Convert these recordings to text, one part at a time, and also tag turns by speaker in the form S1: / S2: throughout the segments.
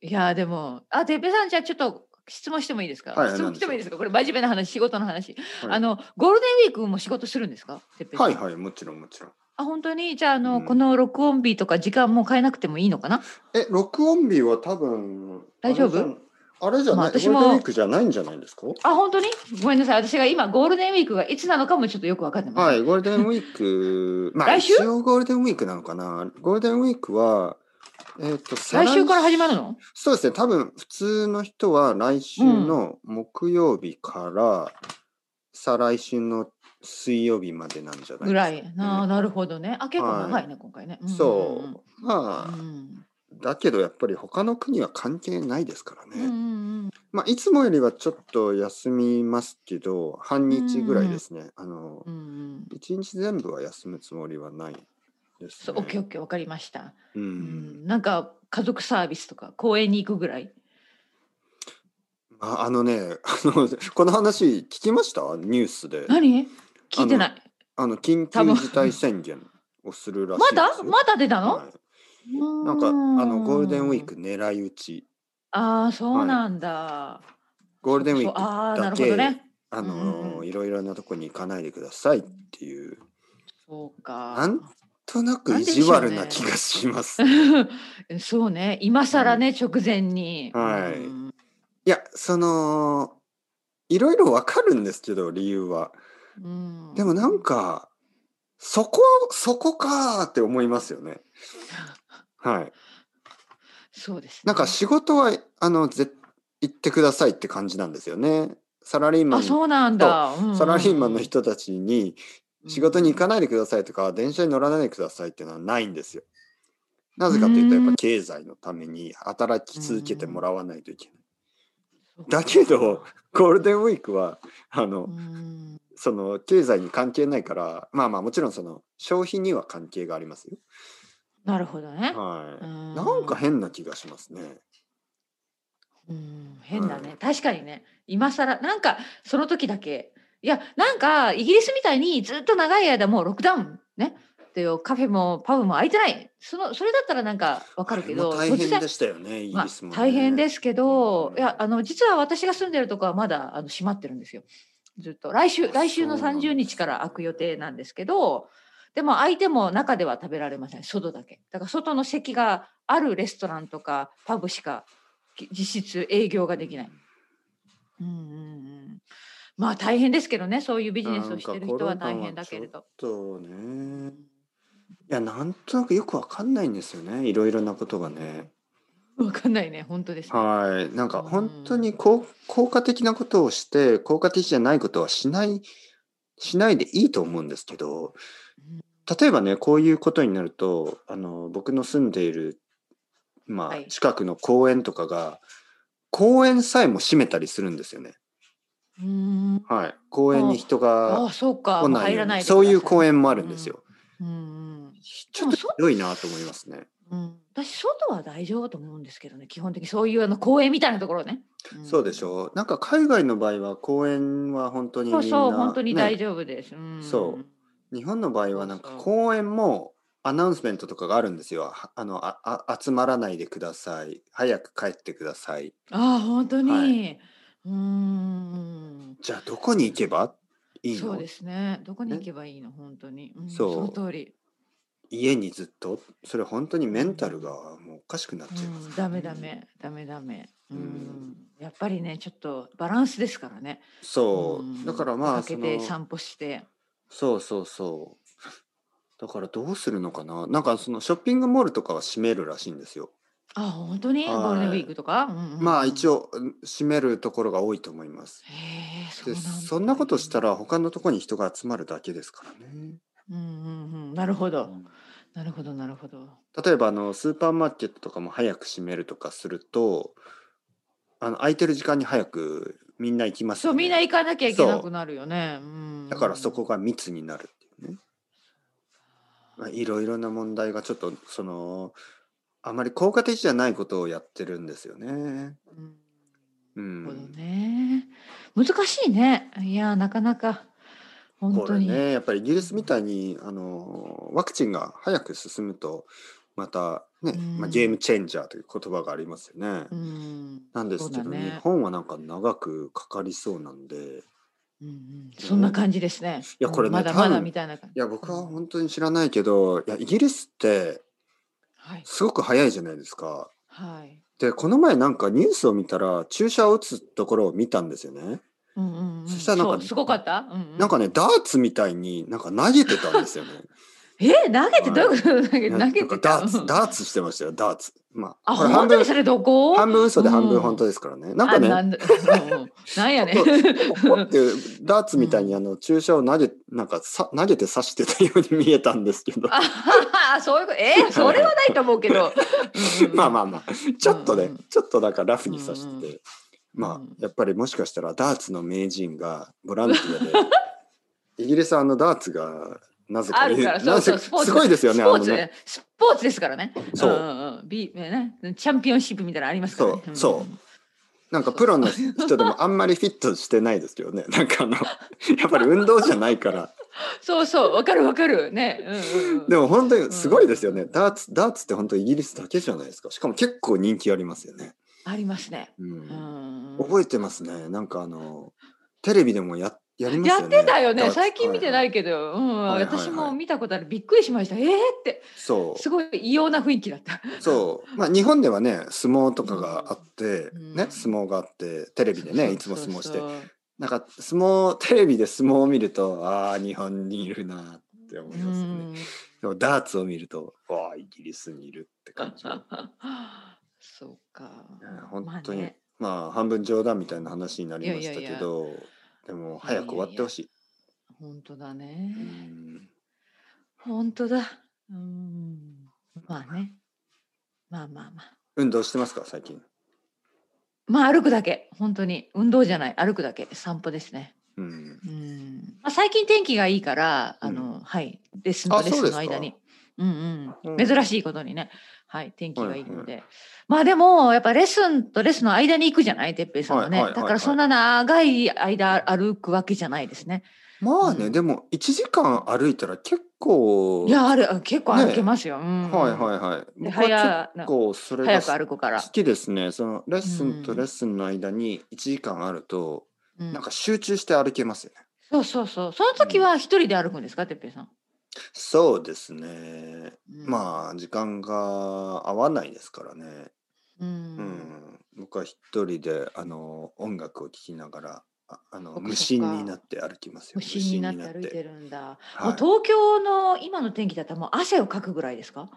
S1: いやーでもあてっぺいさんじゃあちょっと質問してもいいですか、
S2: はいはい
S1: 質問してもいい
S2: 何
S1: です
S2: でし
S1: かこれ真面目な話仕事の話、
S2: はい
S1: あのゴールデンウィークも仕事するんですかてっぺいさん
S2: はいはい、もちろんもちろん。
S1: あ本当にじゃああの、
S2: うん
S1: この録音日とか時間もう変えなくてもいいのかな
S2: え、録音日は多分。
S1: 大丈夫
S2: あれじゃ
S1: まあ
S2: ない、
S1: 私
S2: ゴ
S1: も
S2: ールデンウィークじゃないんじゃないですか
S1: あ本当にごめんなさい私が今ゴールデンウィークがいつなのかもちょっとよく分かってます、
S2: はい、ゴールデンウィー ク、まあ、
S1: 来週
S2: 一応ゴールデンウィークなのかな。ゴールデンウィークは、えっ、と、再
S1: 来
S2: 来
S1: 週から始まるの
S2: そうですね、多分普通の人は来週の木曜日から、再来週の水曜日までなんじゃないですか。
S1: ぐらいな,、
S2: うん
S1: なるほどねあ結構長いね、今回ね
S2: そうう。ま
S1: ん
S2: あ、
S1: うん
S2: だけどやっぱり他の国は関係ないですから
S1: うんうんうん
S2: ね。
S1: うんうん
S2: まあ、いつもよりはちょっと休みますけど、半日ぐらいですね。あの
S1: う、んうん
S2: 一日全部は休むつもりはないです、
S1: そう
S2: ね。
S1: オッケーオッケーわかりました、う
S2: う。
S1: んん、なんか家族サービスとか公園に行くぐらい
S2: ああのね、 あの、この話聞きましたニュースで。
S1: 何聞いてない
S2: あの、緊
S1: 多分
S2: 急事態宣言をするらし
S1: ま
S2: いで
S1: だ
S2: すよ。
S1: まだ出たの、
S2: はいなんか、あの、ゴールデンウィーク狙い撃ち。
S1: ああそうなんだ、
S2: ゴールデンウィー
S1: そう
S2: ク
S1: ああな
S2: だ
S1: るほど
S2: け、
S1: ね
S2: あ
S1: うんうんう
S2: の、
S1: ん
S2: いろいろなとこに行かないでくださいっていう。
S1: そうか
S2: なんとなく
S1: なん
S2: 意
S1: でし
S2: 地
S1: ょうね
S2: 悪な気がします。
S1: そうね今更ね、直前に、
S2: はい
S1: うん
S2: いや、その、いろいろわかるんですけど、理由は。
S1: うん
S2: でもなんか、そこ、そこかーって思いますよね。はい。
S1: そうですね、
S2: なんか仕事は、あの、ぜ行ってくださいって感じなんですよね。サラリーマ
S1: あ
S2: ン、
S1: そうなんだ、うんうん
S2: サラリーマンの人たちに、
S1: うん
S2: 仕事に行かないでくださいとか、電車に乗らないでくださいっていうのはないんですよ。なぜかというと、やっぱ経済のために働き続けてもらわないといけない。だけど、ゴールデンウィークは、あの、
S1: うん
S2: その経済に関係ないから、まあまあもちろんその消費には関係がありますよ。
S1: なるほどね、
S2: は
S1: う
S2: い。
S1: ん
S2: なんか変な気がしますね。
S1: うん変だね、確かにね今更なんかその時だけいやなんかイギリスみたいにずっと長い間もうロックダウンねっていうカフェもパブも開いてないそのそれだったらなんかわかるけど
S2: あれも
S1: 突
S2: 大変
S1: 然
S2: でしたよね、イギ
S1: まあ
S2: リスも、ね
S1: 大変ですけど、
S2: うん
S1: いやあの実は私が住んでるとこはまだあの閉まってるんですよずっと来週
S2: あ
S1: 来週の
S2: そうなんです
S1: 30日から開く予定なんですけどでも相手も中では食べられません外だけだから外の席があるレストランとかパブしかき実質営業ができない、うんうんうん、まあ大変ですけどねそういうビジネスをしてる人は大変だけれど。
S2: そうね。いや、なんとなくよくわかんないんですよね。いろいろなことがね。
S1: わかんないね本当ですね、
S2: はい。なんか本当に効効果的なことをして、効果的じゃないことはしない、しないでいいと思うんですけど、例えばねこういうことになるとあの僕の住んでいる、まあ
S1: はい
S2: 近くの公園とかが公園さえも閉めたりするんですよね。
S1: うん
S2: はい、公園に人が
S1: ああそうか
S2: 来
S1: もう
S2: ない
S1: 入
S2: よう
S1: ら
S2: に
S1: ないでくだ
S2: そ
S1: さ
S2: う
S1: い
S2: いう公園もあるんですよ。
S1: うんうん
S2: ちょっ
S1: でも
S2: とひ
S1: そ
S2: どいなと思いますね。
S1: うん、私外は大丈夫だと思うんですけどね基本的にそういうあの公園みたいなところね、ん
S2: そうでしょう。なんか海外の場合は公園は本当にみん
S1: そ
S2: な、
S1: う
S2: ね、
S1: そう本当に大丈夫です、うん
S2: そう日本の場合はなんか
S1: そうそう
S2: 公園もアナウンスメントとかがあるんですよ。はあのああ集まらないでください。早く帰ってください。
S1: ああ本当に、う
S2: は
S1: ーん
S2: じゃあどこに行けばいいの
S1: そうですねどこに
S2: ね
S1: 行けばいいの本当に、うん、
S2: そう
S1: その通り、
S2: 家にずっとそれ本当にメンタルがもうおかしくなっちゃいます、
S1: うん、ダメダメダメダメうん、
S2: うん
S1: やっぱりねちょっとバランスですからね
S2: そう、
S1: ん
S2: だからまあ
S1: 出
S2: そ
S1: かけて
S2: の
S1: 散歩して
S2: そうそうそうだからどうするのかななんかそのショッピングモールとかは閉めるらしいんですよ、
S1: ああ本当にゴ
S2: はい
S1: ールデンウィークとか、うんうんうん
S2: まあ一応うん閉めるところが多いと思います
S1: へえそう
S2: で
S1: なんだ
S2: そんなことしたら他のところに人が集まるだけですからね、
S1: うんうんうんなるほど、なるほどなるほど。
S2: 例えばあのスーパーマーケットとかも早く閉めるとかするとあの空いてる時間に早くみんな行きます
S1: そ
S2: よ
S1: う
S2: ね
S1: みんな行かなきゃいけなくなるよね。うん
S2: だからそこが密になるっていうね。まあいろいろな問題がちょっとそのあまり効果的じゃないことをやってるんですよね。
S1: うん
S2: う
S1: なるほど
S2: ん。
S1: ね。難しいね。いやなかなか本
S2: こ
S1: 当
S2: れ
S1: に。
S2: ねやっぱりイギリスみたいにあのワクチンが早く進むとまたね、
S1: うん
S2: まあ、ゲームチェンジャーという言葉がありますよね。
S1: うん
S2: なんですけ
S1: そ
S2: ど、
S1: うだね
S2: 日本はなんか長くかかりそうなんで、い
S1: うんうんそんな感じですね。
S2: いやこれね
S1: まだ
S2: 多分
S1: まだみたいな感じ。
S2: や僕は本当に知らないけど、いやイギリスって
S1: はい。
S2: すごく早いじゃないですか。
S1: はい。
S2: で、この前なんかニュースを見たら注射を打つところを見たんですよね。
S1: うんうんうん。
S2: そしたらなんか
S1: そうすごかった。うんう
S2: なんかね、ダーツみたいになんか投げてたんですよ ね。
S1: え投げてどういうこと投げ
S2: い
S1: 投げ
S2: やな
S1: て
S2: んか
S1: た
S2: ダー。ツ、ダーツしてましたよ、ダーツ。まあ、
S1: あ
S2: これ
S1: 本当にそれどこ？
S2: 半分嘘で半分本当ですからね。なんかね、
S1: あなんだうんうんなんやね。
S2: そうポってダーツみたいにあの注射を投げなんかさ投げて刺してたように見えたんですけど。
S1: あそういうことえーそれはないと思うけど
S2: まあまあまあちょっとね、
S1: うんうん
S2: ちょっとなんかラフに刺してて、
S1: うん
S2: ま
S1: う
S2: あ
S1: ん
S2: やっぱりもしかしたらダーツの名人がボランティアでイギリスはあのダーツがなぜか
S1: あるから、そ
S2: な
S1: うそ
S2: ぜ
S1: う、
S2: か
S1: スポーツ。
S2: すごいですよね
S1: ス
S2: あ
S1: ポー
S2: の
S1: ツ、
S2: ね
S1: スポーツですからね。
S2: そうん
S1: うん、ビ、ね、チャンピオンシップみたいなのありますからね。
S2: そうそうなんかプロの人でもあんまりフィットしてないですけどねなんかあの やっぱり運動じゃないから
S1: そうそう、わかるわかる、ね、うんうんうん。
S2: でも本当にすごいですよね、ダーツダーツって本当イギリスだけじゃないですかしかも結構人気ありますよね。
S1: ありますね。
S2: うん
S1: うんうん
S2: 覚えてますね。なんかあのテレビでもややります
S1: や
S2: よ
S1: っ
S2: ね。
S1: てたよね。
S2: ダーツ
S1: 最近見てな
S2: はい
S1: けど、うん、
S2: はいはいはい
S1: 私も見たことある。びっくりしました。えーって、
S2: いそう
S1: すごい異様な雰囲気だった。
S2: そうまあ日本ではね相撲とかがあって、
S1: うん
S2: ね相撲があってテレビでねいつも相撲して
S1: そうそう
S2: なんか相撲テレビで相撲を見るとああ日本にいるなって思いますよね。でもダーツを見るとわあイギリスにいるって感 じ。
S1: そうか
S2: ね。本当に
S1: まあね
S2: まあ半分冗談みたいな話になりました
S1: いやい
S2: け
S1: やいや
S2: どでも早く終わってほしい。
S1: 本当だね。
S2: うん
S1: 本当だ。うーん。まあね。まあまあまあ。
S2: 運動してますか最近。
S1: まあ歩くだけ。本当に。運動じゃない。歩くだけ。散歩ですね。
S2: うん。
S1: うん。まあ、最近天気がいいから、あの、はい。レッスン
S2: あ
S1: とレッ
S2: そうで
S1: ス
S2: す
S1: ンの
S2: か
S1: 間に。うん
S2: う
S1: うんん。珍しいことにね。はい。天気がいいの
S2: はい
S1: で。まあでも、やっぱレッスンとレッスンの間に行くじゃないてっぺいさんは
S2: はい
S1: ね
S2: はい。はい
S1: だからそんな長い間歩くわけじゃないですね。
S2: まあね、
S1: うん
S2: でも1時間歩いたら結構
S1: いや、ある、結構歩けますよ。うん。
S2: はいはいはい
S1: で
S2: 僕は結構それが
S1: 早く歩くから
S2: 好。きですねそのレッスンと
S1: うん
S2: レッスンの間に1時間あると、
S1: うん
S2: なんか集中して歩けますよね
S1: そうそうそう。その時は一人で歩くんですか、てっぺいさん。
S2: そうですね
S1: あ。
S2: まあ時間が合わないですからね
S1: う
S2: うん、
S1: ん。
S2: 僕は一人であの音楽を聴きながらああ
S1: そ
S2: の
S1: っかそっか
S2: 無心になって歩きますよ
S1: 無心になって歩いて
S2: る、
S1: るんだ。
S2: はい
S1: もう東京の今の天気だったらもう汗をかくぐらいですか。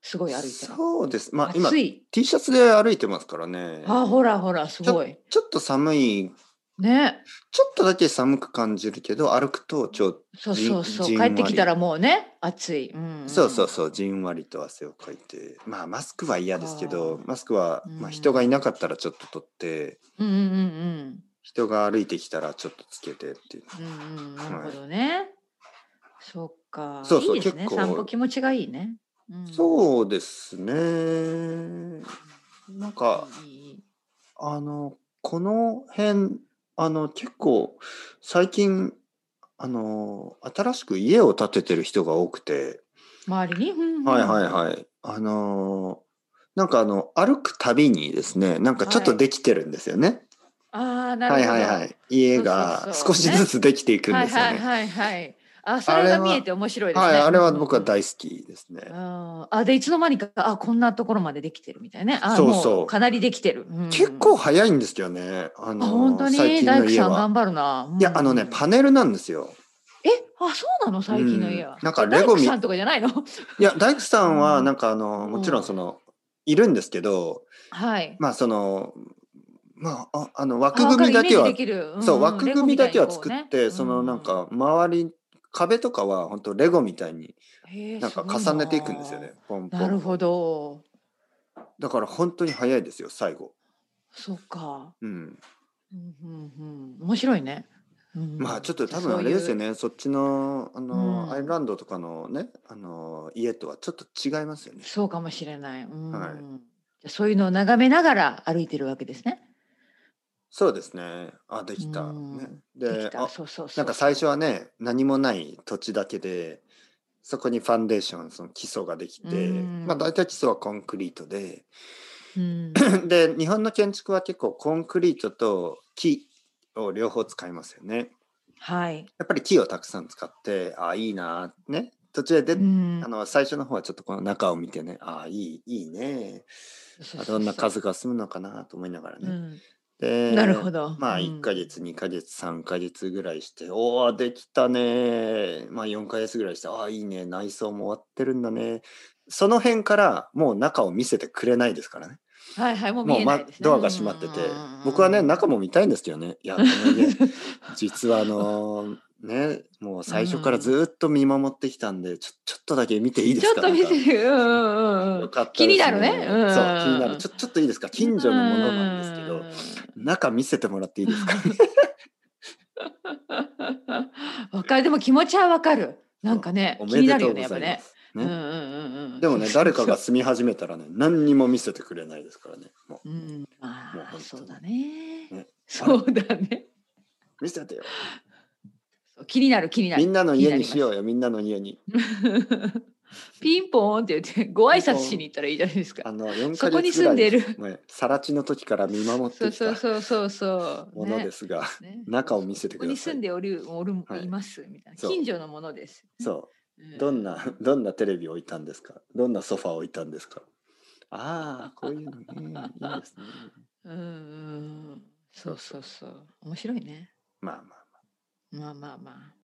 S1: すごい歩いてる。
S2: そうですまあ今
S1: 暑い。
S2: T シャツで歩いてますからね
S1: あ、ほらほら、すごい。
S2: ちょっと寒い
S1: ね。
S2: ちょっとだけ寒く感じるけど歩くとちょ
S1: そうそうそ
S2: じ
S1: う。
S2: んじんわ
S1: 帰
S2: り
S1: ってきたらもうね、暑い。うん、
S2: そうそうそうじんわりと汗をかいてまあマスクは嫌ですけど
S1: あー
S2: マスクは、
S1: うん
S2: まあ、人がいなかったらちょっと取って
S1: うん。うんうん
S2: 人が歩いてきたらちょっとつけてっていう
S1: うん。うんうん、なるほどね。そっか。
S2: そうそう
S1: いいですね。
S2: 結構
S1: 散歩気持ちがいいね。うん、
S2: そうですねなんか
S1: いいいい
S2: あのこの辺あの結構最近あの新しく家を建ててる人が多くて
S1: 周りに。うんうん
S2: はいはいはい。あのーなんかあの、歩くたびにですね、なんかちょっと
S1: はい
S2: できてるんですよね。
S1: ああ、なる
S2: は
S1: ほ
S2: い
S1: ど。
S2: はいはい。家
S1: そ
S2: が
S1: うそうそ
S2: 少
S1: う
S2: しずつできていくん
S1: は
S2: で
S1: い
S2: すよ
S1: はい
S2: ね。
S1: はいはい。あ、それ
S2: あれは
S1: が見えて面白いです
S2: は
S1: ね。
S2: い、あれは僕は
S1: うんうん
S2: 大好きですね。
S1: うんあ、でいつの間にか、あ、こんなところまでできてるみたいなね。あ、
S2: そうそう
S1: もうかなりできてる。うん
S2: 結構。早いんですよね。あ
S1: あ、
S2: のー
S1: 本当
S2: 最
S1: に
S2: 近
S1: 大
S2: の
S1: 工
S2: 家
S1: さん
S2: は
S1: 頑。張るな。うん
S2: いや、あのね、パネルなんですよ。
S1: え、あ、そうなの最近の家
S2: う
S1: は
S2: ん。なんか
S1: じゃあ
S2: レゴ
S1: 大
S2: み
S1: 工さんとかじゃないの。
S2: いや、大工さんは
S1: うん
S2: なんかあの、もちろんその、いるんですけど、
S1: はい。
S2: まあその、まあ、ああの
S1: あ
S2: 枠
S1: わか
S2: 組
S1: る
S2: みだけ
S1: イメー
S2: は
S1: ジできる
S2: そう、
S1: んん
S2: 枠
S1: レゴ
S2: 組み
S1: みた
S2: だ
S1: い
S2: け
S1: に
S2: は
S1: こう
S2: 作
S1: ね
S2: って、そのなん。か周り壁とかは本当レゴみたいに
S1: うへー
S2: なんか
S1: すごい
S2: 重ねていくんですよね。ポンポン
S1: なるほど。
S2: だから本当に早いですよ最後。
S1: そっか。
S2: うん、
S1: うんうんうん。面白いね。うん
S2: まあちょっと多分あれですよ。ねそっちのあの、
S1: うん
S2: アイルランドとかのねあの家とはちょっと違いますよね。
S1: そうかもしれない。うん
S2: はい
S1: じゃあそういうのを眺めながら歩いてるわけですね。
S2: そうですねあできた、
S1: うん
S2: ね、
S1: で
S2: で
S1: きた
S2: あ
S1: そうそうそう
S2: なんか最初はね何もない土地だけでそこにファンデーションその基礎ができて、
S1: うん
S2: まあ、大体基礎はコンクリートで
S1: うん
S2: で日本の建築は結構コンクリートと木を両方使いますよね
S1: はい。
S2: やっぱり木をたくさん使ってあいいなね途中で、
S1: うん
S2: あの最初の方はちょっとこの中を見てねあいいいいねあどんな数が済むのかなと思いながらね、
S1: う
S2: で
S1: ん、なるほど。
S2: まあ
S1: うん
S2: 1ヶ。月、2ヶ月、3ヶ月ぐらいして、おお、できたね。まあ4ヶ月ぐらいして、ああ、いいね。内装も終わってるんだね。その辺からもう中を見せてくれないですからね。
S1: はいはい、もう見
S2: もう、
S1: え
S2: ま
S1: ないです、ね
S2: ドアが閉まってて、僕はね、中も見たいんですけどね。いや、この 家実はあのーね、もう最初からずっと見守ってきたんで、ちょちょっとだけ見ていいで
S1: ち
S2: す
S1: ょ
S2: か
S1: っと見
S2: なんか
S1: てる。うんうんう
S2: よ
S1: ん。
S2: かったです
S1: 気になるねうん
S2: そう、気になる。ちょちょっといいですか近所のものなんですけど。中見せてもらってい いですか
S1: ど。わかる。でも気持ちはわかる。なんかね、
S2: お
S1: 気
S2: め
S1: に
S2: で
S1: なるよ
S2: とう
S1: ね、
S2: ご
S1: やっ
S2: ざ
S1: ぱ
S2: い
S1: ね
S2: ま。す。ね
S1: うんうんうんうん
S2: でもね、誰かが住み始めたらね、何にも見せてくれないですからね。も
S1: うん、ま
S2: もう本
S1: あ
S2: 当に
S1: そうだね
S2: ね
S1: そうだね
S2: う見せてよ。
S1: そう気になる気になる
S2: みんなの家にしようよ、みんなの家に。
S1: ピンポーンって言ってご挨拶しに行ったらいいじゃないです
S2: あ
S1: か
S2: の、4
S1: そ
S2: ヶ
S1: こに
S2: 月ぐ
S1: 住
S2: ら
S1: んで
S2: い、
S1: る
S2: もうさらちの時から見守っ
S1: そ
S2: て
S1: う
S2: き
S1: そう
S2: た
S1: そうそうそう
S2: ものですが、
S1: ねね
S2: 中を見せて
S1: こ
S2: く
S1: こ
S2: だ
S1: に
S2: さ
S1: 住ん
S2: い。
S1: でおるおる、
S2: はい
S1: い、ますみたいな
S2: そう
S1: 近所のものです、
S2: そうう。
S1: ん
S2: どんな、どんなテレビ置いたんですかどんなソファー置いたんですかああ、こういうのね、いいですね。
S1: うんうんそうそうそう面白いね
S2: まあまあまあ。
S1: まあまあまあ